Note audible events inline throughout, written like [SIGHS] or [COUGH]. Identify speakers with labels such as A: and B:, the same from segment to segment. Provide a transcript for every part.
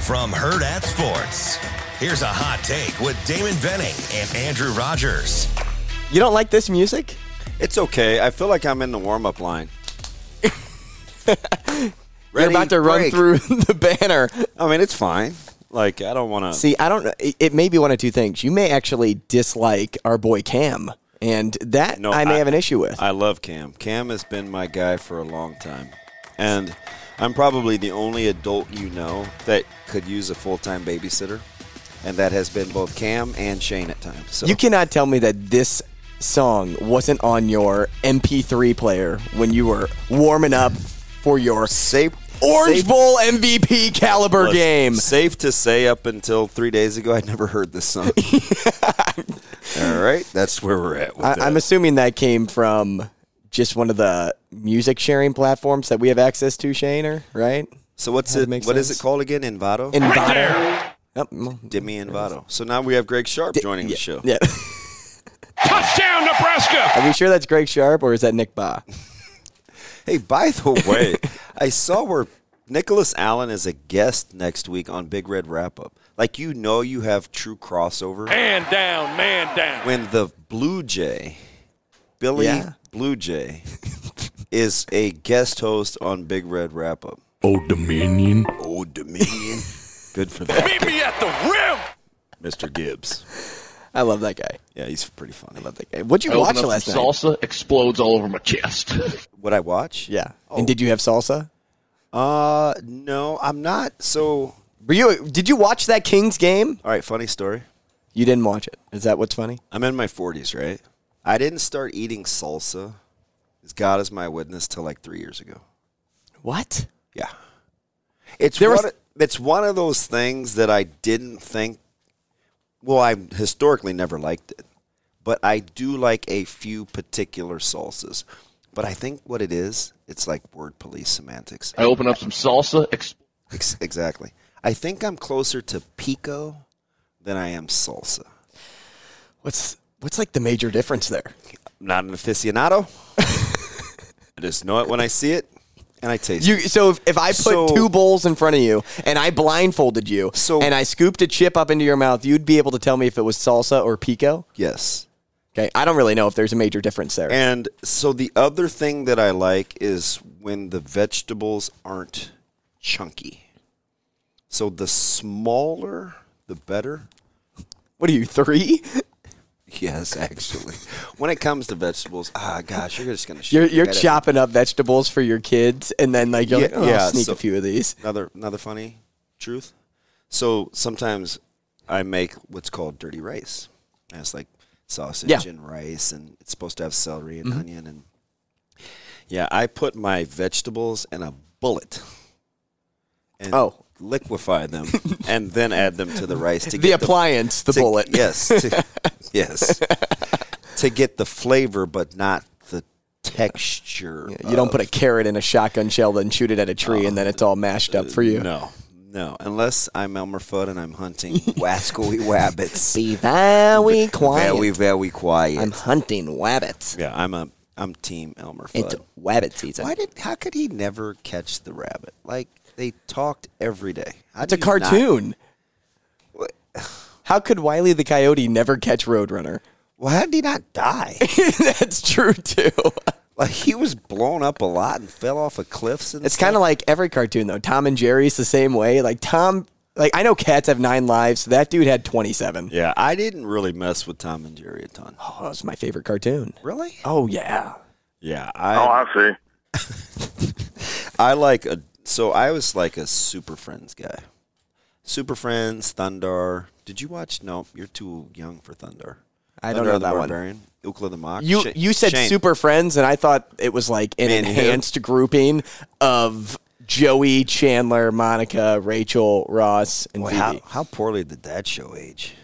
A: From Herd at Sports, here's a hot take with Damon Benning and Andrew Rogers.
B: You don't like this music?
C: It's okay. I feel like I'm in the warm up line.
B: You're about to run
C: break.
B: through [LAUGHS] the banner.
C: I mean, it's fine. Like, I don't want to.
B: See, I don't. it- It may be one of two things. You may actually dislike our boy Cam, and that I may have an issue with.
C: I love Cam. Cam has been my guy for a long time. And I'm probably the only adult you know that could use a full time babysitter. And that has been both Cam and Shane at times. So
B: you cannot tell me that this song wasn't on your MP3 player when you were warming up for your
C: safe
B: Orange
C: safe-
B: Bowl MVP caliber
C: Look,
B: game.
C: Safe to say, up until three days ago, I'd never heard
B: [LAUGHS]
C: this song. All right, that's where we're at. With
B: I,
C: that.
B: I'm assuming that came from just one of the music sharing platforms that we have access to, Shane, or right?
C: so what's
B: that
C: it? What
B: makes
C: is
B: sense.
C: it called again? Envato.
B: Envato. Yep, Oh, well,
C: Demi Envato. So now we have Greg Sharp joining
B: yeah,
C: the show.
B: Yeah. [LAUGHS]
D: Touchdown, Nebraska!
B: Are we sure that's Greg Sharp or is that Nick Ba?
C: Hey, by the [LAUGHS] way, I saw where Nicholas Allen is a guest next week on Big Red Wrap Up. Like you know, you have true crossover
D: Man down, man down.
C: when the Blue Jay, Billy
B: Yeah.
C: Blue Jay, is a guest host on Big Red Wrap Up.
D: Old Dominion.
C: Old Dominion. Good for that,
D: Meet me at the rim!
C: Mr. Gibbs.
B: I love that guy.
C: Yeah, he's pretty funny. I love that
B: Okay, What'd you watch last night?
E: salsa explodes all over my chest.
C: What I watch? Oh,
B: Yeah. And did you have salsa?
C: Uh, no, I'm not. So,
B: Were you? Did you watch that Kings game?
C: all right, funny story.
B: You didn't watch it. Is that what's funny?
C: I'm in my 40s, right? I didn't start eating salsa, as God is my witness, till like three years ago.
B: What?
C: Yeah. It's
B: There
C: one,
B: was-
C: of- it's one of those things that I didn't think. Well, I historically never liked it, but I do like a few particular salsas. But I think what it is, it's like word police semantics.
E: I open up some salsa. Ex-
C: Ex- exactly. I think I'm closer to pico than I am salsa.
B: What's what's like the major difference there?
C: not an aficionado. I just know it when I see it, and I taste
B: You
C: it.
B: so if, if I put
C: So-
B: two bowls in front of you and I blindfolded you
C: So-
B: and I scooped a chip up into your mouth, you'd be able to tell me if it was salsa or pico.
C: Yes.
B: Okay, I don't really know if there's a major difference there.
C: And so the other thing that I like is when the vegetables aren't chunky. So the smaller, the better.
B: what are you
C: [LAUGHS]
B: three?
C: Yes, actually. when it comes to vegetables, ah, gosh, you're just gonna shoot
B: You're
C: me
B: you're
C: right at-
B: chopping up vegetables for your kids, and then like you're
C: Yeah,
B: like, oh, I'll
C: yeah,
B: sneak
C: so-
B: a few of these.
C: Another another funny truth. So sometimes I make what's called dirty rice. And it's like sausage
B: Yeah. Mm-hmm.
C: and rice, and it's supposed to have celery and onion and yeah. I put my vegetables in a bullet. And
B: Oh. [LAUGHS]
C: liquefy them, and then add them to the rice to
B: The
C: get
B: appliance, the
C: to-
B: bullet.
C: Yes, to,
B: [LAUGHS]
C: yes, to get the flavor, but not the texture.
B: You don't
C: of-
B: put a carrot in a shotgun shell, then shoot it at a tree, and then it's all mashed up for you.
C: No, no. Unless I'm Elmer Fudd and I'm hunting
B: [LAUGHS]
C: wascally wabbits.
B: Be very
C: Very, very quiet.
B: hunting wabbits.
C: yeah, I'm a I'm team Elmer Fudd.
B: wabbit season.
C: Why did? How could he never catch the rabbit? Like they talked every day. How
B: It's
C: do
B: a
C: you not-
B: cartoon. How could Wiley the Coyote never catch Roadrunner? [LAUGHS]
C: well, how did he not die? [LAUGHS]
B: That's true too.
C: like he was blown up a lot and fell off of cliffs. And
B: It's kind of like every cartoon though. Tom and Jerry's the same way. Like Tom, like I know cats have nine lives. So that dude had twenty-seven.
C: yeah. I didn't really mess with Tom and Jerry a ton.
B: Oh, that was my favorite cartoon.
C: Really?
B: Oh yeah.
C: Yeah. I,
D: I see.
C: [LAUGHS] I like a so I was like a Super Friends guy. Super Friends, Thunder. Did you watch? No, you're too young for Thunder.
B: I don't
C: Thunder
B: know
C: of the
B: that one.
C: Barbarian, Ukla the Mock.
B: You
C: Sh-
B: you said
C: Shane.
B: super friends, and I thought it was like an
C: Man, who?
B: enhanced grouping of Joey, Chandler, Monica, Rachel, Ross, and
C: Boy,
B: Phoebe.
C: how, how poorly did that show age?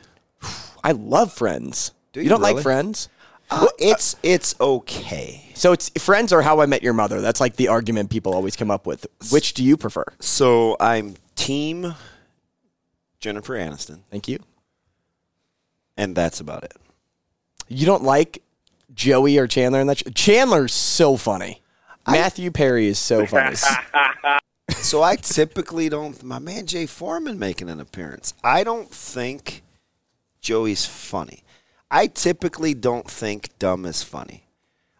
B: I love Friends.
C: Do
B: you,
C: you
B: don't like
C: really?
B: Friends?
C: Well,
B: uh,
C: it's it's okay.
B: So it's Friends or How I Met Your Mother. That's like the argument people always come up with. Which do you prefer?
C: So I'm team Jennifer Aniston,
B: Thank you.
C: and that's about it.
B: You don't like Joey or Chandler in that show? Chandler's so funny. Matthew Perry is so funny.
C: So I typically don't. My man Jay Foreman making an appearance. I don't think Joey's funny. I typically don't think dumb is funny.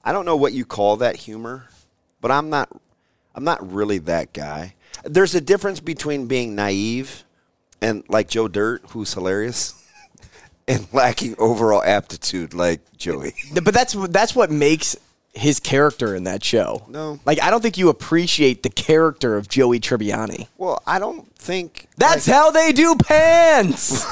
C: I don't know what you call that humor, but I'm not. I'm not really that guy. There's a difference between being naive and like Joe Dirt, who's hilarious, [LAUGHS] and lacking overall aptitude like Joey.
B: but that's that's what makes his character in that show.
C: No.
B: like I don't think you appreciate the character of Joey Tribbiani.
C: Well, I don't think
B: That's how they do pants.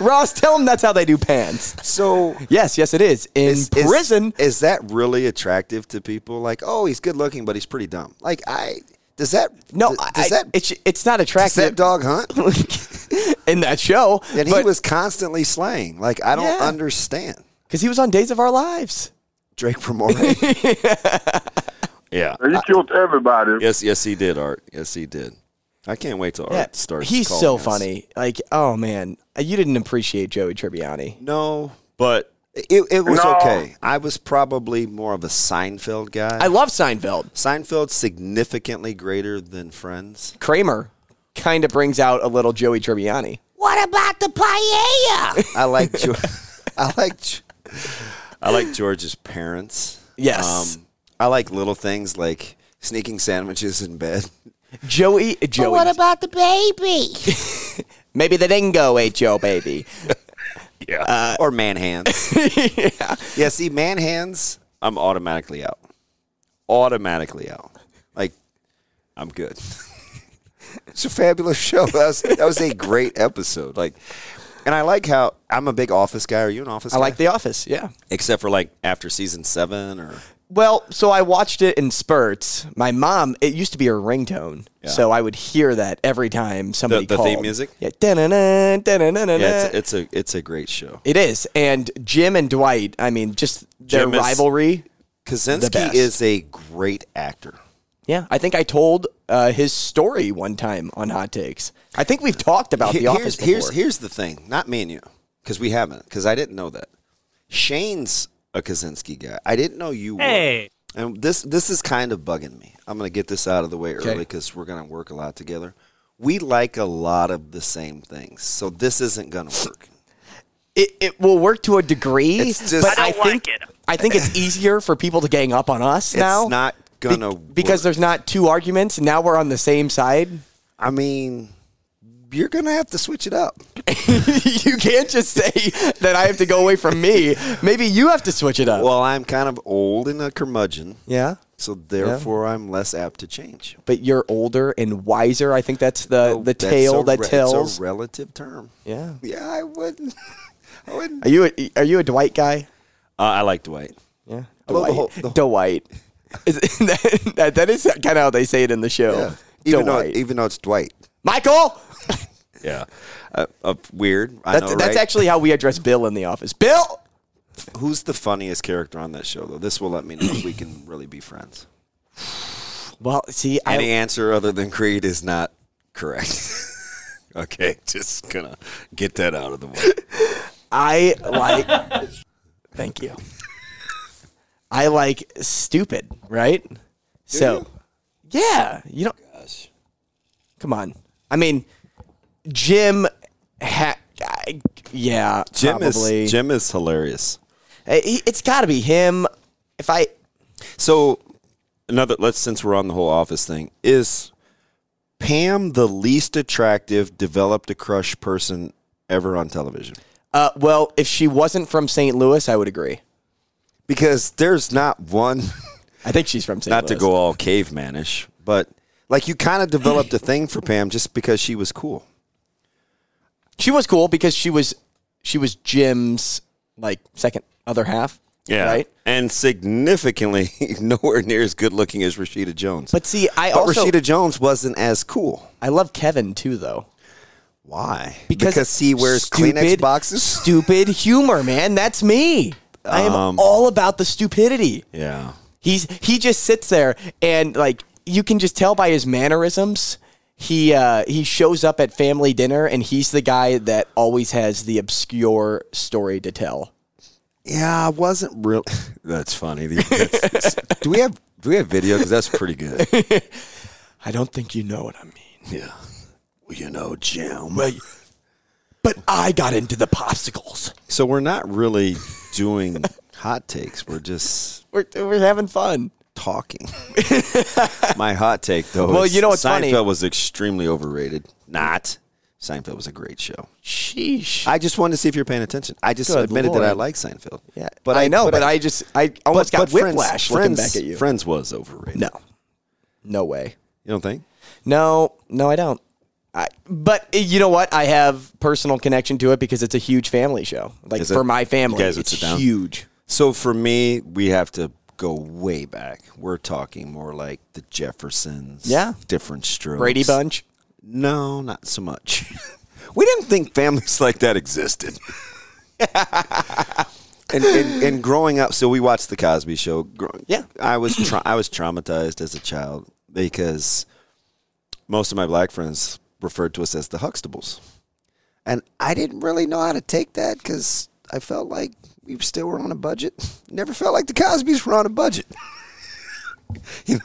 B: [LAUGHS] Ross, tell him that's how they do pants.
C: so.
B: Yes, yes, it is in
C: is- is-
B: prison.
C: Is, that really attractive to people? Like, oh, he's good looking, but he's pretty dumb. Like, I does that
B: no,
C: does,
B: I-
C: does that
B: it's it's not
C: does that
B: attractive
C: dog hunt?
B: [LAUGHS] in that show.
C: And he
B: but-
C: was constantly slaying. Like, I don't
B: Yeah.
C: understand
B: because he was on Days of Our Lives. [LAUGHS]
C: Drake Promore. yeah.
D: He killed everybody.
C: Yes. Yes, he did. Art. Yes, he did. I can't wait till
B: Yeah,
C: Art starts.
B: he's
C: calling
B: so
C: us.
B: funny. Like, oh man, you didn't appreciate Joey Tribbiani.
C: No, but it it was
D: No.
C: okay. I was probably more of a Seinfeld guy.
B: I love Seinfeld.
C: Seinfeld significantly greater than Friends.
B: Kramer kind of brings out a little Joey Tribbiani.
C: What about the paella? I
B: [LAUGHS]
C: like George, I like Ge- I like George's parents. Um,
B: Yes.
C: I like little things like sneaking sandwiches in bed.
B: Joey, Joey. Um, Oh, what about the baby? Maybe the dingo ate your baby. Uh,
C: [LAUGHS] or man hands.
B: [LAUGHS]
C: yeah. see, man hands, I'm automatically out. Automatically out. Like, I'm good. [LAUGHS] it's a fabulous show. That was, that was a great episode. Like, and I like how I'm a big office guy. Are you an office
B: I
C: guy?
B: like The Office. Yeah.
C: Except for like after season seven or.
B: Well, so I watched it in spurts. My mom, it used to be her ringtone, so I would hear that every time somebody
C: the
B: called.
C: theme music?
B: Yeah. dun-dun-dun, dun-dun-dun-dun.
C: Yeah, it's, it's a it's a great show.
B: It is. And Jim and Dwight, I mean, just their
C: Jim is-
B: rivalry. The
C: Kaczynski
B: best.
C: is a great actor.
B: Yeah. I think I told uh, his story one time on Hot Takes. I think we've talked about
C: Here-
B: The Office
C: here's,
B: before.
C: here's here's the thing, not me and you, because we haven't, because I didn't know that. Shane's a Kaczynski guy. I didn't know you were. Hey. And this this is kind of bugging me. I'm gonna get this out of the way early because we're gonna work a lot together. We like a lot of the same things, so this isn't gonna work.
B: it, it will work to a degree,
C: It's just-
B: but I,
C: I
B: think I think it's easier for people to gang up on us
C: It's
B: now.
C: not gonna
B: because
C: work.
B: there's not two arguments. Now we're on the same side. [LAUGHS]
C: I mean, you're gonna have to switch it up.
B: you can't just say that I have to go away from me. Maybe you have to switch it up.
C: Well, I'm kind of old and a curmudgeon.
B: yeah,
C: So therefore, I'm less apt to change. Oh,
B: but you're older and wiser. I think that's the the
C: That's
B: tale
C: a
B: that
C: re- It's
B: tells.
C: a relative term.
B: yeah.
C: Yeah, I wouldn't. [LAUGHS] I wouldn't.
B: Are you a, are you a Dwight guy?
C: Uh, I like Dwight.
B: Yeah.
C: love the
B: Dwight.
C: whole- the-
B: Dwight. Is, [LAUGHS] that, that is kind of how they say it in the show.
C: Yeah. Even though,
B: Dwight.
C: even though it's Dwight.
B: Michael.
C: Yeah. Uh, uh, weird. I
B: That's
C: know,
B: that's
C: right?
B: actually how we address Bill in the office. Bill.
C: Who's the funniest character on that show, though? This will let me know if we [CLEARS THROAT] can really be friends.
B: Well, see, I,
C: Any answer other than Creed is not correct. [LAUGHS] okay, just gonna get that out of the way.
B: I like. thank you. I like stupid, right? so, yeah, you don't.
C: Gosh.
B: Come on. I mean, Jim. Ha- I- yeah,
C: Jim
B: probably.
C: is Jim is hilarious.
B: Uh, he- It's got to be him. If I
C: So another let's since we're on the whole office thing, is Pam the least attractive developed a crush person ever on television?
B: uh, well, if she wasn't from St. Louis, I would agree.
C: Because there's not one [LAUGHS]
B: I think she's from St.
C: not
B: Louis.
C: to go all cavemanish, but like you kind of developed a thing for Pam just because she was cool.
B: She was cool because she was she was Jim's like second other half.
C: Yeah.
B: Right.
C: And significantly [LAUGHS] nowhere near as good looking as Rashida Jones.
B: But see, I
C: But
B: also
C: Rashida Jones wasn't as cool.
B: I love Kevin too, though.
C: Why?
B: Because,
C: he wears Kleenex
B: stupid- [LAUGHS]
C: boxes.
B: Stupid humor, man. That's me. I am all about the stupidity.
C: [LAUGHS] Yeah.
B: He's he just sits there and like you can just tell by his mannerisms. He uh, he shows up at family dinner and he's the guy that always has the obscure story to tell.
C: Yeah, I wasn't real. [LAUGHS] That's funny. That's-
B: [LAUGHS]
C: do we have do we have video? Because that's pretty good.
B: I don't think you know what I mean.
C: Yeah. Well, you know, Jim.
B: But, but I got into the popsicles.
C: So we're not really doing
B: [LAUGHS]
C: hot takes. We're just
B: We're, we're having fun.
C: talking. My hot take, though.
B: Well,
C: is
B: you know what's
C: Seinfeld
B: funny?
C: was extremely overrated. Not. Seinfeld was a great show.
B: Sheesh.
C: I just wanted to see if you're paying attention. I just
B: Good
C: admitted that I
B: Lord.
C: like Seinfeld.
B: yeah, but I, know, but, I, just I almost got
C: Friends-
B: whiplash looking
C: friends,
B: back at you.
C: Friends was overrated.
B: No, no way.
C: You don't think?
B: No, no, I don't. I, but eh, you know what? I have personal connection to it because it's a huge family show. Like
C: Is it?
B: for my family,
C: You guys would
B: it's
C: sit down?
B: huge.
C: So for me, we have to go way back. We're talking more like the Jeffersons.
B: Yeah.
C: Different strokes.
B: Brady Bunch.
C: No, not so much. [LAUGHS] we didn't think families like that existed. [LAUGHS] and, and, and growing up, so we watched the Cosby Show. Grow-
B: Yeah.
C: I was tra- I was traumatized as a child because most of my black friends referred to us as the Huxtables, and I didn't really know how to take that because I felt like we still were on a budget. Never felt like the Cosbys were on a budget. [LAUGHS] you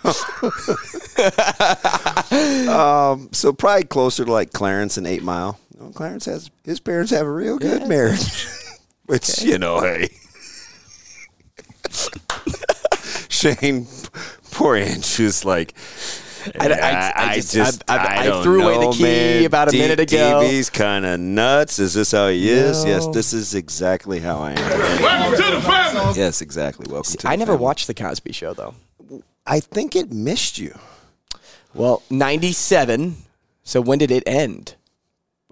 C: know. Um, so probably closer to like Clarence and Eight Mile. Well, Clarence has his parents have a real good marriage, [LAUGHS] which you know, hey. Shane, poor Andrew's like.
B: I- I- I just- I- I- I
C: don't
B: threw away the key
C: man.
B: about a
C: D-
B: minute ago."
C: DB's kind of nuts. Is this how he is? Yes,
B: No.
C: this is exactly how I am.
D: Welcome to the family.
C: yes, exactly. Welcome. to
B: I
C: the
B: never
C: family.
B: watched the Cosby Show though.
C: I think it missed you.
B: Well, ninety-seven. So when did it end?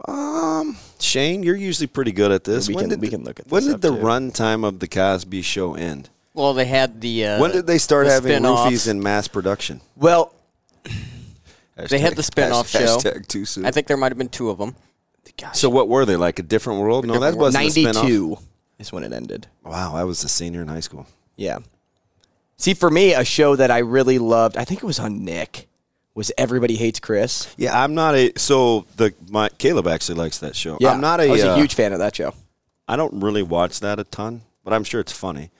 C: Um, Shane, you're usually pretty good at this.
B: We
C: when
B: can-
C: did
B: we
C: the,
B: can look at
C: when
B: this
C: did
B: up,
C: the
B: too.
C: runtime of the Cosby Show end?
F: Well, they had the. Uh,
C: when did they start
F: the
C: having
F: spin-off.
C: roofies in mass production?
B: Well,
F: They had the spin-off
C: hashtag,
F: show.
C: Hashtag too soon.
F: I think there might have been two of them.
C: so. What were they like? A different world? no, that
F: Different World.
C: wasn't a spin-off.
B: ninety-two is when it ended.
C: Wow, I was a senior in high school.
B: Yeah. See, for me, a show that I really loved, I think it was on Nick, was Everybody Hates Chris.
C: Yeah, I'm not a. So the my Caleb actually likes that show. I'm not a.
B: I was a
C: uh,
B: huge fan of that show. [LAUGHS]
C: I don't really watch that a ton, but I'm sure it's funny.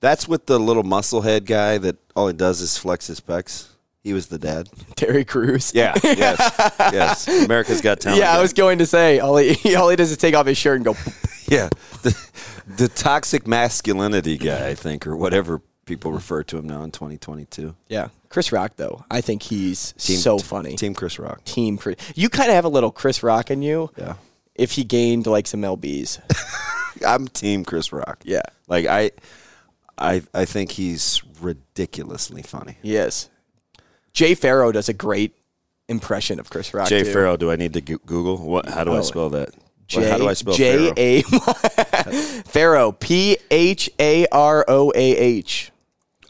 C: That's with the little musclehead guy that all he does is flex his pecs. He was the dad.
B: Terry Crews.
C: Yeah. Yes. [LAUGHS] yes. America's Got Talent.
B: Yeah, I was going to say all he [LAUGHS] all he does is take off his shirt and go. [LAUGHS]
C: Yeah. The, the toxic masculinity guy, I think, or whatever people refer to him now in 2022.
B: yeah, Chris Rock though, I think he's so funny.
C: Team Chris Rock.
B: Team Chris, you kind of have a little Chris Rock in you.
C: Yeah.
B: If he gained like some lbs,
C: [LAUGHS] I'm Team Chris Rock.
B: Yeah.
C: Like I, I, I think he's ridiculously funny.
B: yes. Jay Farrow does a great impression of Chris Rock.
C: Jay
B: too.
C: Farrow. Do I need to go- Google what? How do I
B: Oh.
C: spell that?
B: J-
C: What- how do I spell
B: J
C: Farrow?
B: A [LAUGHS] Pharaoh P H A R O A H.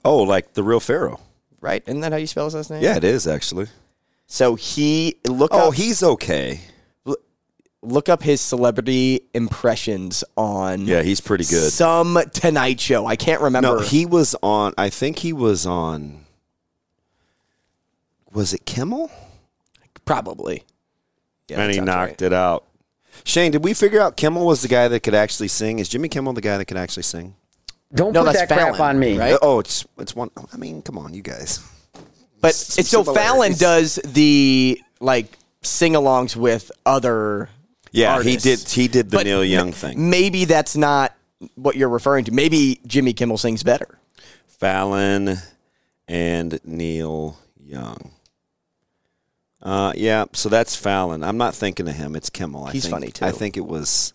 C: oh, like the real Pharaoh.
B: Right? Isn't that how you spell his last name?
C: Yeah, it is actually.
B: So he look
C: Oh,
B: up
C: he's okay.
B: look up his celebrity impressions on
C: Yeah, he's pretty good.
B: some Tonight Show. I can't remember.
C: No, he was on. I think he was on. Was it Kimmel?
B: probably. Yeah,
C: and
B: that
C: he
B: sounds
C: knocked
B: right.
C: it out. Shane, did we figure out Kimmel was the guy that could actually sing? Is Jimmy Kimmel the guy that could actually sing?
G: Don't
B: No,
G: put that
B: that's
G: crap
B: Fallon,
G: on me.
B: right?
C: Oh, it's it's one. I mean, come on, you guys.
B: But
C: Some
B: it's so Fallon
C: similarities.
B: does the like sing-alongs with other
C: Yeah,
B: artists.
C: he did. He did the
B: But
C: Neil Young
B: m-
C: thing.
B: Maybe that's not what you're referring to. Maybe Jimmy Kimmel sings better.
C: Fallon and Neil Young. Uh, yeah. So that's Fallon. I'm not thinking of him. It's Kimmel. I
B: He's
C: think,
B: funny, too.
C: I think it was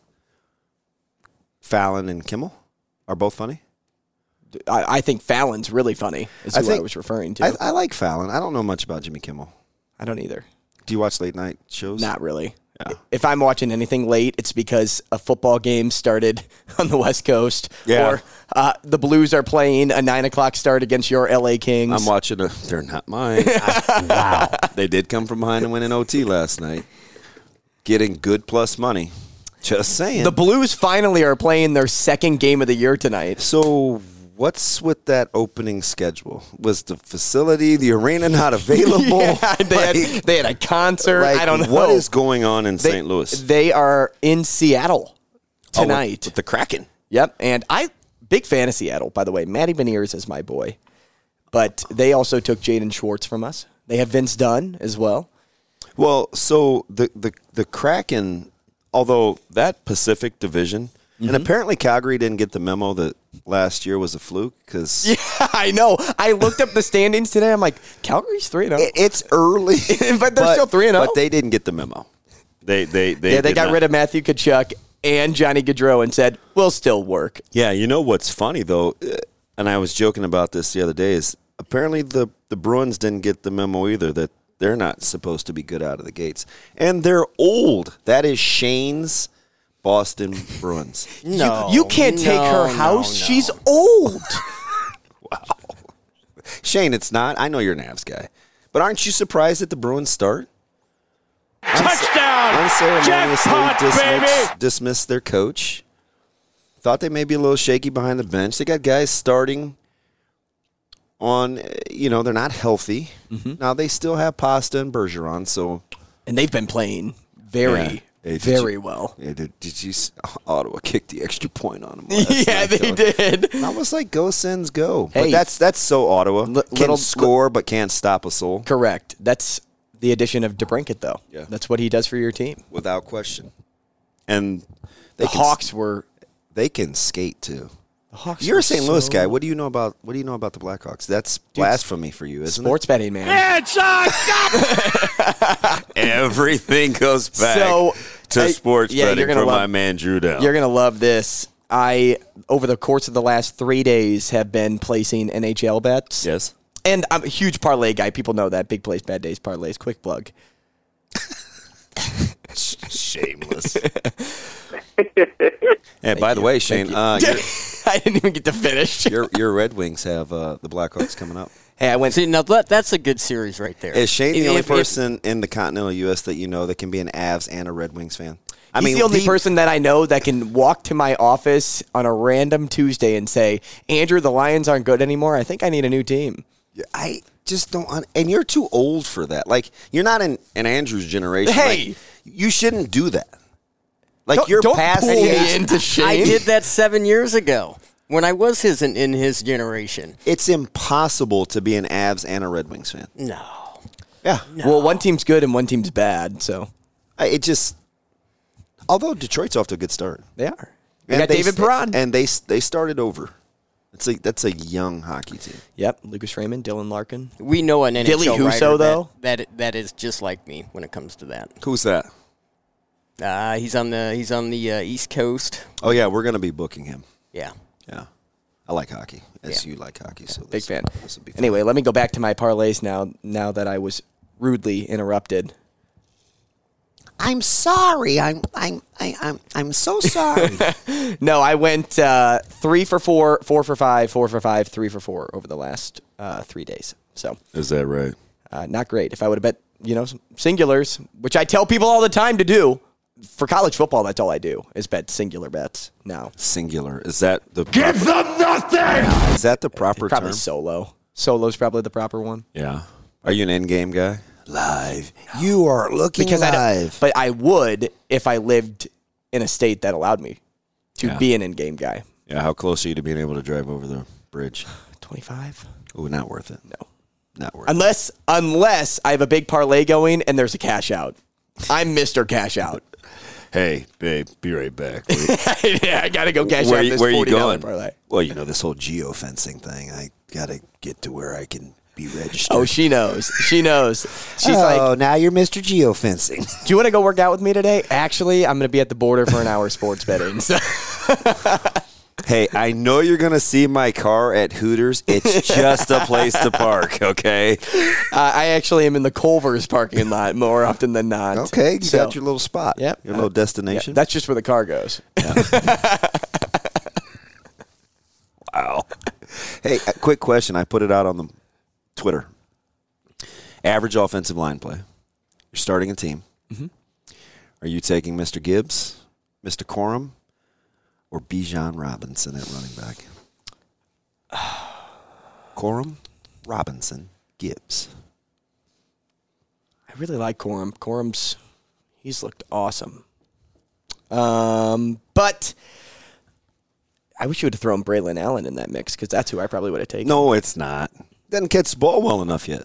C: Fallon and Kimmel are both funny.
B: I, I think Fallon's really funny. Is
C: I
B: who I
C: think-
B: was referring to.
C: I,
B: I,
C: I like Fallon. I don't know much about Jimmy Kimmel.
B: don't either.
C: Do you watch late night shows?
B: Not really. If I'm watching anything late, it's because a football game started [LAUGHS] on the West Coast,
C: Yeah.
B: or uh, the Blues are playing a nine o'clock start against your LA Kings.
C: I'm watching. A, they're
B: [LAUGHS]
C: not mine. wow. They did come from behind and win an OT last night, getting good plus money. Just saying.
B: the Blues finally are playing their second game of the year
C: [LAUGHS]
B: tonight.
C: so what's with that opening schedule? Was the facility, the arena, not
B: [LAUGHS]
C: available?
B: Yeah, they, had,
C: Like-
B: they had a concert.
C: like,
B: I don't know
C: what is going on in
B: They-
C: St. Louis
B: They are in Seattle
C: Oh, with-
B: tonight.
C: with the Kraken.
B: Yep, and I big fan of Seattle, by the way. Matty Beniers is my boy, but they also took Jaden Schwartz from us. They have Vince Dunn as well. [LAUGHS]
C: Well, so the the the Kraken, although that Pacific Division,
B: Mm-hmm.
C: and apparently Calgary didn't get the memo that last year was a fluke because
B: I know. I looked up the standings today. I'm like, Calgary's three and oh. zero.
C: it's early,
B: [LAUGHS] But they're still 3 and 0.
C: But they didn't get the memo. They they they
B: Yeah, they
C: did
B: got
C: not.
B: rid of Matthew Kachuk and Johnny Gaudreau and said we'll still work.
C: Yeah, you know what's funny though, uh, and I was joking about this the other day is apparently the the Bruins didn't get the memo either that they're not supposed to be good out of the gates, and they're old. That is Shane's Boston Bruins.
F: No,
B: you can't take her
F: no,
B: house.
F: no,
B: She's old.
C: Shane, it's not. I know you're a Navs guy, but aren't you surprised that the Bruins start?
D: Touchdown!
C: Unceremoniously
D: Jackpot, baby!
C: dismiss, dismiss their coach. Thought they may be a little shaky behind the bench. They got guys starting on, uh, you know, they're not healthy.
B: Mm-hmm.
C: Now they still have Pasta and Bergeron, so
B: and they've been playing very,
C: Yeah. Hey, did
B: very
C: you- [LAUGHS]
B: well.
C: Yeah, did, did you s- Ottawa kicked the extra point
B: [LAUGHS]
C: on them? last
B: Yeah,
C: night,
B: they
C: though.
B: did.
C: And I was like, "Go Sens, go!"
B: Hey.
C: but that's that's so Ottawa.
B: Li-
C: Can
B: little-
C: score, but can't stop a soul.
B: Correct. That's the addition of DeBrinket, though.
C: Yeah.
B: That's what he does for your team.
C: without question. And they
B: The
C: can,
B: Hawks were.
C: they can skate too.
B: The Hawks
C: You're
B: were
C: a St. Louis
B: so-
C: guy. What do you know about what do you know about the Blackhawks? That's blasphemy for you, isn't
B: Sports betting, man.
D: It's a
C: it? [LAUGHS] Everything goes back
B: So,
C: to
B: I-
C: sports
B: yeah, you're
C: betting
B: gonna
C: from
B: love-
C: my man Drew Down.
B: You're gonna love this. I over the course of the last three days have been placing NHL bets.
C: yes.
B: And I'm a huge parlay guy. People know that. Big plays, bad days, parlays. Quick plug. [LAUGHS] [LAUGHS]
C: Shameless. and by the way, Shane, uh,
B: [LAUGHS]
C: your,
B: I didn't even get to
C: [LAUGHS]
B: finish.
C: your your Red Wings have uh, the Blackhawks coming up.
B: Hey, I went.
F: See, now that, that's a good series right there.
C: Is Shane
F: If-
C: the only
F: if- if-
C: person in the continental U.S. that you know that can be an Avs and a Red Wings fan? I
B: he's
C: mean,
B: the only
C: the-
B: person that I know that can walk to my office on a random Tuesday and say, "Andrew, the Lions aren't good anymore. I think I need a new team."
C: I just don't. un- And you're too old for that. Like you're not in an Andrews generation.
B: Hey!
C: Like, you shouldn't do that. Like
B: Don't-
C: you're
B: don't
C: past
B: pull
C: the
B: me
C: age-
B: into shame.
F: I did that seven years ago when I was his in, in his generation.
C: It's impossible to be an Avs and a Red Wings fan.
F: No,
C: Yeah,
B: Well, one team's good and one team's bad, so
C: I- it just. Although Detroit's off to a good start,
B: they are. They got David
C: st-
B: Perron.
C: and they s- they started over. It's like that's a young hockey team.
B: yep, Lucas Raymond, Dylan Larkin.
F: we know an NHL
B: Dilly Husso,
F: writer that-
B: though?
F: That, that is just like me when it comes to that.
C: Who's that?
F: Uh, he's on the he's on the uh, East Coast.
C: Oh yeah, we're gonna be booking him.
F: Yeah,
C: Yeah, I like hockey. As
F: Yeah.
C: you like hockey, so
B: Big
C: this-
B: fan.
C: This will be fun.
B: Anyway, let me go back to my parlays now. Now that I was rudely interrupted.
C: I'm sorry. I'm I'm I, I'm I'm so sorry.
B: No, I went uh, three for four, four for five, four for five, three for four over the last uh, three days. So
C: Is that right?
B: uh, not great. If I would have bet, you know, some singulars, which I tell people all the time to do for college football, that's all I do is bet singular bets. Now
C: Singular. Is that the
D: Give them nothing!
C: is that the proper
B: probably
C: term?
B: solo. Solo's probably the proper one.
C: Yeah. Are you an end game guy? Live. You are looking
B: because I don't, but I would if I lived in a state that allowed me to
C: Yeah.
B: be an in-game guy.
C: yeah. How close are you to being able to drive over the bridge?
B: 25?
C: Oh, not worth it.
B: No.
C: Not worth it.
B: Unless unless I have a big parlay going and there's a cash out. I'm Mr. Cash Out. [LAUGHS]
C: Hey, babe, be right back.
B: yeah, I got to go cash
C: where
B: out
C: you-
B: this
C: where
B: $40
C: you going?
B: parlay.
C: Well, you know this whole geofencing thing. I gotta get to where I can
B: [LAUGHS]
C: be registered.
B: Oh, she knows. She knows. She's
C: oh,
B: like,
C: now you're Mr. Geofencing. [LAUGHS]
B: "Do you want to go [LAUGHS]
C: [LAUGHS]
B: work out with me today?" Actually, I'm going to be at the border for an hour sports betting. So
C: Hey, I know you're going to see my car at Hooters. [LAUGHS] It's just a place to park, okay?
B: Uh, I actually am in the Culver's parking lot more often than not.
C: Okay, you
B: So-
C: got your little spot.
B: Yep.
C: Your little
B: Yeah,
C: destination.
B: that's just where the car goes.
C: wow. hey, a quick question. I put it out on the Twitter. Average offensive line play. You're starting a team. Are you taking Mr. Gibbs, Mr. Corum, or Bijan Robinson at running back? [SIGHS] Corum, Robinson, Gibbs.
B: I really like Corum. Corum's he's looked awesome. Um, but I wish you would have thrown Braylon Allen in that mix because that's who I probably would have taken.
C: No, it's not. Doesn't catch the ball well enough yet.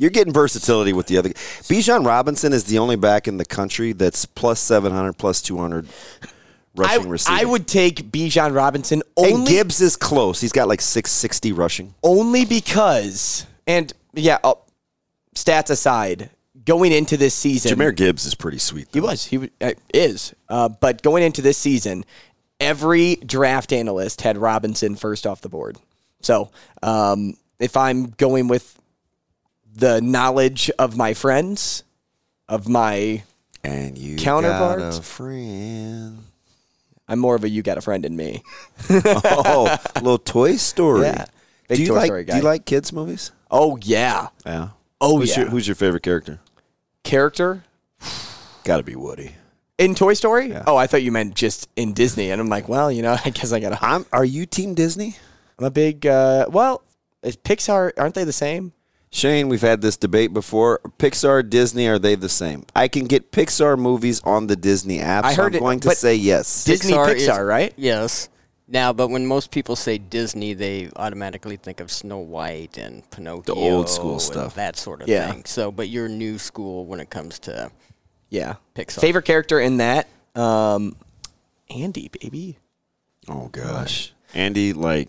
C: You're getting versatility with the other. Bijan Robinson is the only back in the country that's plus 700, plus 200 rushing
B: I,
C: receiving.
B: I would take Bijan Robinson
C: And
B: only
C: Gibbs is close. He's got like 660 rushing.
B: only because and yeah, uh, stats aside, going into this season,
C: Jameer Gibbs is pretty sweet.
B: He
C: Though.
B: was. He w- uh, is. Uh, but going into this season, every draft analyst had Robinson first off the board. So um, if I'm going with the knowledge of my friends, of my,
C: And you
B: Counterpart?
C: got a friend.
B: I'm more of a you got a friend in me.
C: Oh, little Toy Story.
B: [LAUGHS] Yeah. Big
C: Do you
B: Toy
C: like
B: Story
C: Do you
B: guy.
C: like kids movies?
B: Oh yeah.
C: Yeah.
B: Oh
C: Who's
B: yeah.
C: your Who's your favorite character?
B: Character
C: Got to be Woody.
B: in Toy Story? Oh, I thought you meant just in Disney, and I'm like, well, you know, [LAUGHS] I guess I got to.
C: I'm. Are you Team Disney?
B: I'm a big. Uh, well, is Pixar aren't they the same?
C: Shane, we've had this debate before. Pixar, Disney, are they the same? I can get Pixar movies on the Disney app.
B: I
C: so
B: heard
C: I'm
B: it,
C: going to
B: but
C: say yes.
B: Disney
F: is-
B: Pixar, right?
F: Yes. Now, but when most people say Disney, they automatically think of Snow White and Pinocchio,
C: old school
F: and
C: stuff.
F: that sort of
B: Yeah.
F: thing. So, but you're new school when it comes to
B: Yeah.
F: Pixar.
B: Favorite character in that? Um, Andy, baby.
C: oh gosh, Andy like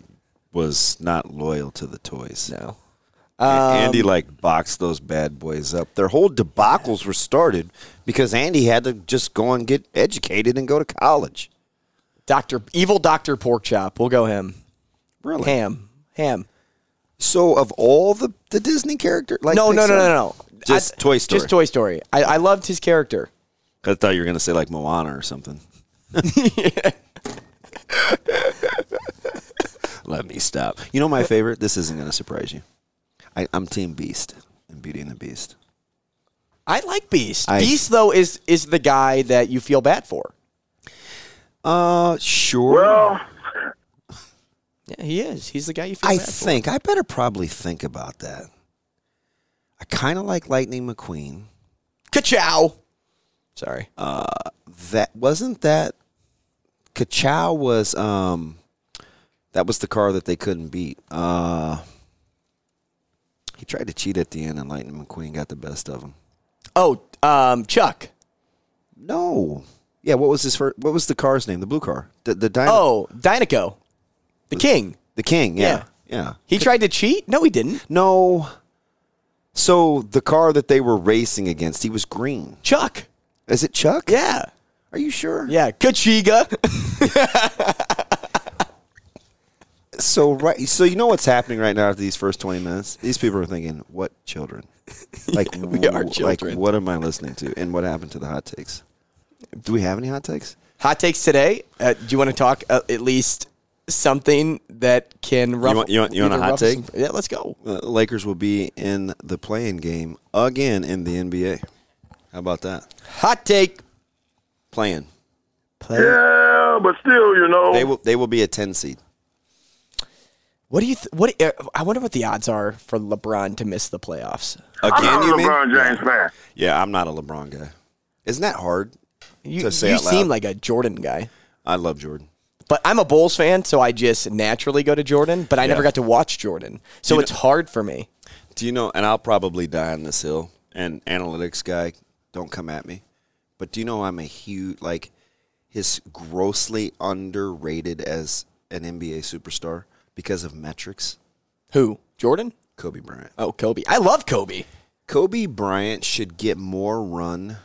C: was not loyal to the toys.
B: No. Um,
C: And Andy like boxed those bad boys up. Their whole debacles were started because Andy had to just go and get educated and go to college.
B: Doctor Evil Doctor Porkchop. We'll go him.
C: Really?
B: Ham. Ham.
C: So of all the, the Disney character, like
B: no, no, no,
C: Pixar?
B: no, no.
C: Just Toy Story.
B: Just Toy Story. I, I loved his character.
C: I thought you were gonna say like Moana or something. Let me stop. You know my favorite. This isn't gonna surprise you. I, I'm Team Beast and Beauty and the Beast.
B: I like Beast.
C: I-
B: Beast though is is the guy that you feel bad for.
C: Uh, sure.
B: Yeah, he is. He's the guy you feel
C: I
B: bad
C: think I better probably think about that. I kind of like Lightning McQueen.
B: for. Ka-chow. Sorry.
C: That wasn't that. Kachow was um, that was the car that they couldn't beat. Uh, he tried to cheat at the end, and Lightning McQueen got the best of him.
B: oh, um, Chuck.
C: No, yeah. What was his first? What was the car's name? The blue car. The the dino,
B: Oh, Dinoco. The king.
C: the King. Yeah, yeah.
B: He tried to cheat? No, he didn't.
C: No. So the car that they were racing against, he was green.
B: Chuck.
C: Is it Chuck?
B: Yeah.
C: Are you sure?
B: Yeah. Kachiga.
C: So right, so you know what's happening right now after these first twenty minutes? These people are thinking, "What children? Like [LAUGHS] we
B: are
C: Like
B: children.
C: what am I listening to? And what happened to the hot takes? Do we have any hot takes?
B: [LAUGHS] Hot takes today. Uh, do you want to talk uh, at least something that can ruffle?
C: want- you want- you want a
B: either
C: hot
B: ruffle
C: take?
B: some- yeah, let's go.
C: Uh, Lakers will be in the playing game again in the NBA. How about that?
B: Hot take.
C: Playing.
D: Yeah, but still, you know.
C: They will. They will be a ten seed.
B: What do you? Th- what? Uh, I wonder what the odds are for LeBron to miss the playoffs.
D: I'm
C: Again,
D: not a
C: you mean?
D: LeBron James fan.
C: Yeah, I'm not a LeBron guy. Isn't that hard?
B: You,
C: To say
B: you
C: out loud.
B: seem like a Jordan guy,
C: I love Jordan.
B: but I'm a Bulls fan, so I just naturally go to Jordan. But I never
C: Yeah.
B: got to watch Jordan, so it's hard for me.
C: Do you know? And I'll probably die on this hill. And analytics guy, don't come at me. But do you know I'm a huge like his grossly underrated as an NBA superstar because of metrics.
B: Who? Jordan?
C: Kobe Bryant.
B: Oh, Kobe. I love Kobe.
C: Kobe Bryant should get more run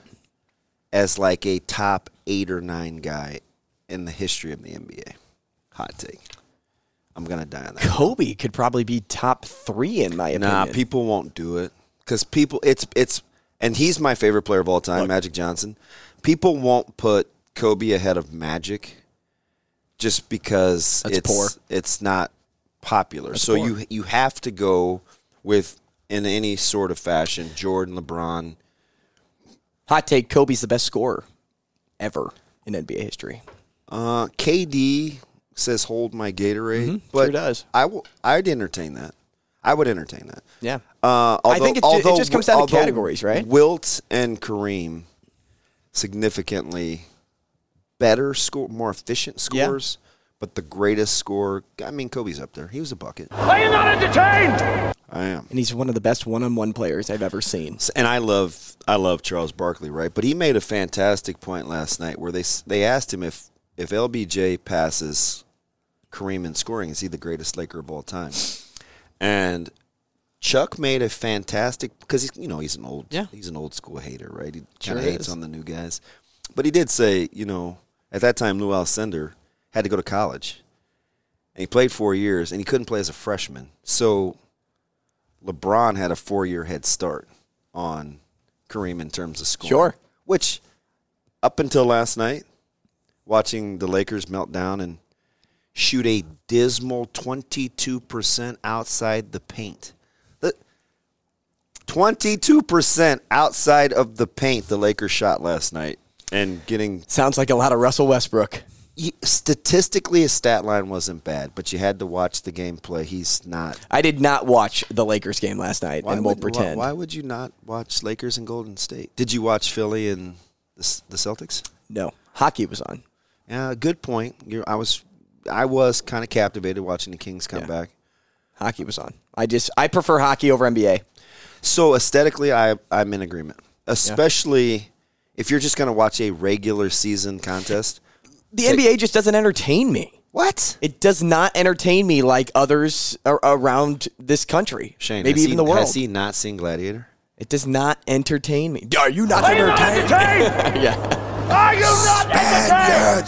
C: as like a top eight or nine guy in the history of the NBA. Hot take. I'm gonna die on that.
B: Kobe could probably be top three in my opinion.
C: Nah, people won't do it because people. It's it's and he's my favorite player of all time, Magic Johnson. People won't put Kobe ahead of Magic just because
B: That's
C: it's
B: poor.
C: it's not popular. so
B: poor.
C: you you have to go with in any sort of fashion Jordan, LeBron.
B: Hot take: Kobe's the best scorer ever in NBA history.
C: Uh, KD says hold my Gatorade, but
B: Mm-hmm. sure does.
C: I will. I'd entertain that. I would entertain that.
B: Yeah.
C: Uh, although,
B: I think it's ju- it
C: although,
B: just comes down to
C: although
B: categories, right?
C: Wilt and Kareem significantly better score, more efficient
B: Yeah.
C: scores, but the greatest scorer. I mean, Kobe's up there. He was a bucket.
D: Are you not entertained?
C: I am,
B: And he's one of the best one-on-one players I've ever seen.
C: S- and I love I love Charles Barkley, right? But he made a fantastic point last night where they s- they asked him if if LBJ passes Kareem in scoring, is he the greatest Laker of all time? And Chuck made a fantastic because he's you know he's an old
B: Yeah.
C: he's an old school hater right he
B: Sure
C: kind of hates
B: is.
C: on the new guys, but he did say you know at that time Lou Alcindor had to go to college, and he played four years and he couldn't play as a freshman, so LeBron had a four year head start on Kareem in terms of scoring.
B: Sure.
C: which up until last night, watching the Lakers melt down and shoot a dismal 22% outside the paint. The- 22% outside of the paint the Lakers shot last night and getting
B: Sounds like a lot of Russell Westbrook.
C: he- statistically his stat line wasn't bad, but you had to watch the gameplay. He's not
B: I did not watch the Lakers game last night, and won't
C: would-
B: pretend.
C: Why, why would you not watch Lakers and Golden State? Did you watch Philly and the, C- the Celtics?
B: No, hockey was on.
C: Yeah, good point. You're, I was I was kind of captivated watching the Kings come
B: Yeah.
C: back.
B: Hockey was on. I just I prefer hockey over NBA.
C: So aesthetically, I I'm in agreement. Especially if you're just going to watch a regular season contest.
B: The NBA just doesn't entertain me.
C: What?
B: It does not entertain me like others ar- around this country.
C: Shane,
B: maybe
C: has
B: even
C: he-
B: the world.
C: Has he not seen Gladiator?
B: It does not entertain me. Are you not entertained? yeah.
D: Are you not entertained?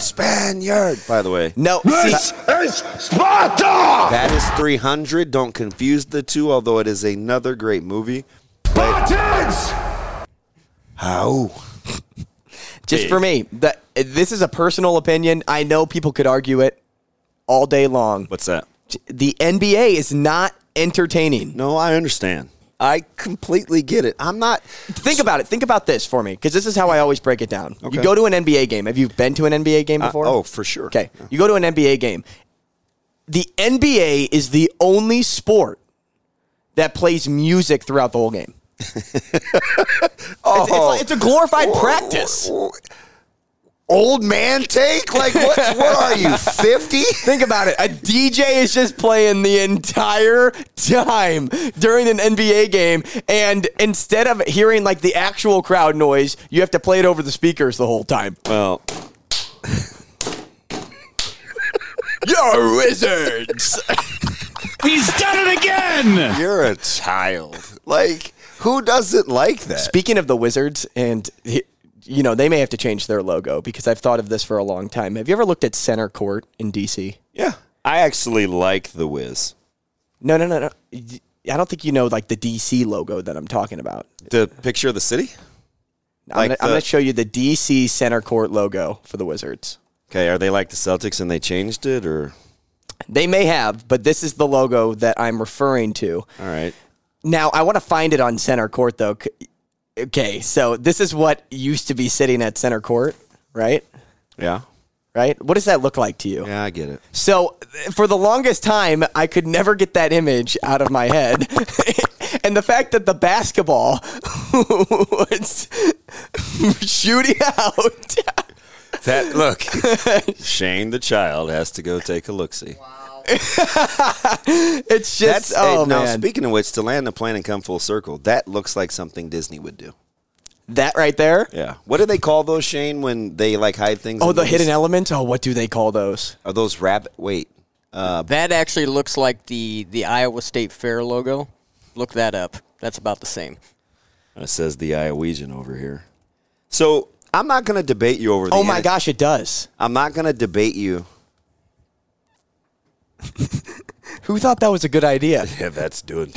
C: Spaniard, Spaniard. By the way,
B: No.
D: This
B: see,
D: is Sparta!
C: that is 300. Don't confuse the two. Although it is another great movie.
D: Spartans!
C: How?
B: just for me, that this is a personal opinion. I know people could argue it all day long.
C: What's that?
B: the NBA is not entertaining.
C: No, I understand. I completely get it. I'm not.
B: Think about it. Think about this for me, because this is how I always break it down. You go to an NBA game. Have you been to an NBA game
C: Uh,
B: before?
C: oh, for sure.
B: Okay. You go to an NBA game. The NBA is the only sport that plays music throughout the whole
C: [LAUGHS]
B: game. oh. it's, it's like- it's a glorified
C: Oh.
B: practice.
C: Old man take? Like, what, what are you, 50?
B: Think about it. A DJ is just playing the entire time during an NBA game, and instead of hearing like the actual crowd noise, you have to play it over the speakers the whole time.
C: Well,
B: You're wizards.
C: you're a child. Like, who doesn't like that?
B: Speaking of the Wizards, and he- you know they may have to change their logo because I've thought of this for a long time. Have you ever looked at Center Court in DC?
C: yeah. I actually like The Wiz.
B: No, no, no, no. I don't think you know like the DC logo that I'm talking about.
C: The picture of the city?
B: I'm,
C: Like
B: gonna, I'm
C: the-
B: gonna show you the DC Center Court logo for the Wizards.
C: Okay, are they like the Celtics and they changed it, or?
B: They may have, but this is the logo that I'm referring to.
C: All right.
B: Now, I want to find it on center court, though. C- Okay, so this is what used to be sitting at center court, right?
C: Yeah.
B: Right? What does that look like to you?
C: Yeah, I get it.
B: So, th- for the longest time, I could never get that image out of my head. [LAUGHS] and the fact that the basketball [LAUGHS] was shooting out.
C: [LAUGHS] That look, Shane the child has to go take a look. See,
B: It's just,
C: that's
B: oh,
C: hey, now.
B: man.
C: Speaking of which, to land the plane and come full circle, that looks like something Disney would do.
B: that right there?
C: Yeah. What do they call those, Shane, when they like hide things?
B: Oh,
C: in
B: the
C: those-
B: hidden elements? Oh, what do they call those?
C: Are those rabbit? Wait.
F: That actually looks like the the Iowa State Fair logo. Look that up. That's about the same.
C: Uh, It says the Iowegian over here. So I'm not going to debate you over. The
B: Oh, my
C: ana-
B: gosh, it does.
C: I'm not going to debate you
B: Who thought that was a good idea?
C: [LAUGHS]
F: [LAUGHS]
C: Yeah, that's [LAUGHS] doing.
B: And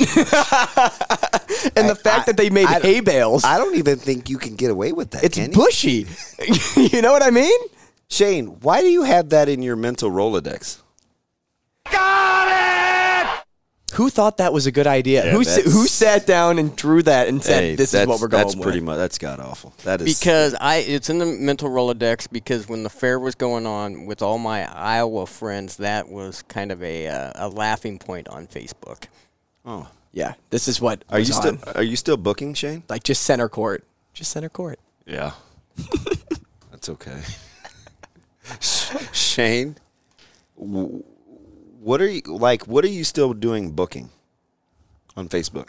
B: the fact that they made
C: I-
B: hay bales,
C: I don't even think you can get away with that.
B: it's
C: can you?
B: bushy. [LAUGHS] you know what I mean?
C: Shane, why do you have that in your mental Rolodex?
B: Who thought that was a good idea?
C: Yeah,
B: who, s-
C: that's-
B: who sat down and drew that and said, this is
C: that's-
B: what we're going
C: That's
B: with?
C: pretty much. That's god awful. That is
F: Because I, it's in the mental Rolodex because when the fair was going on with all my Iowa friends, that was kind of a uh, a laughing point on Facebook.
B: Oh, yeah, this is what
C: Are
B: was
C: you
B: on.
C: still Are you still booking, Shane?
B: Like, just center court. Just center court.
C: Yeah. [LAUGHS] That's okay. [LAUGHS] Sh- Shane, w- what are you like? What are you still doing booking on Facebook?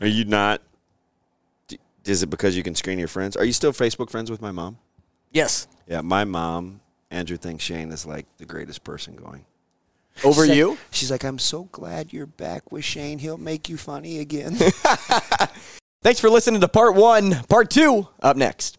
C: Are you not? d- Is it because you can screen your friends? Are you still Facebook friends with my mom?
F: Yes,
C: Yeah, my mom, Andrew thinks Shane is like the greatest person going.
B: Over
C: She's like-
B: you?
C: she's like, I'm so glad you're back with Shane. He'll make you
B: [LAUGHS]
C: funny again.
B: Thanks for listening to part one. Part two, up next.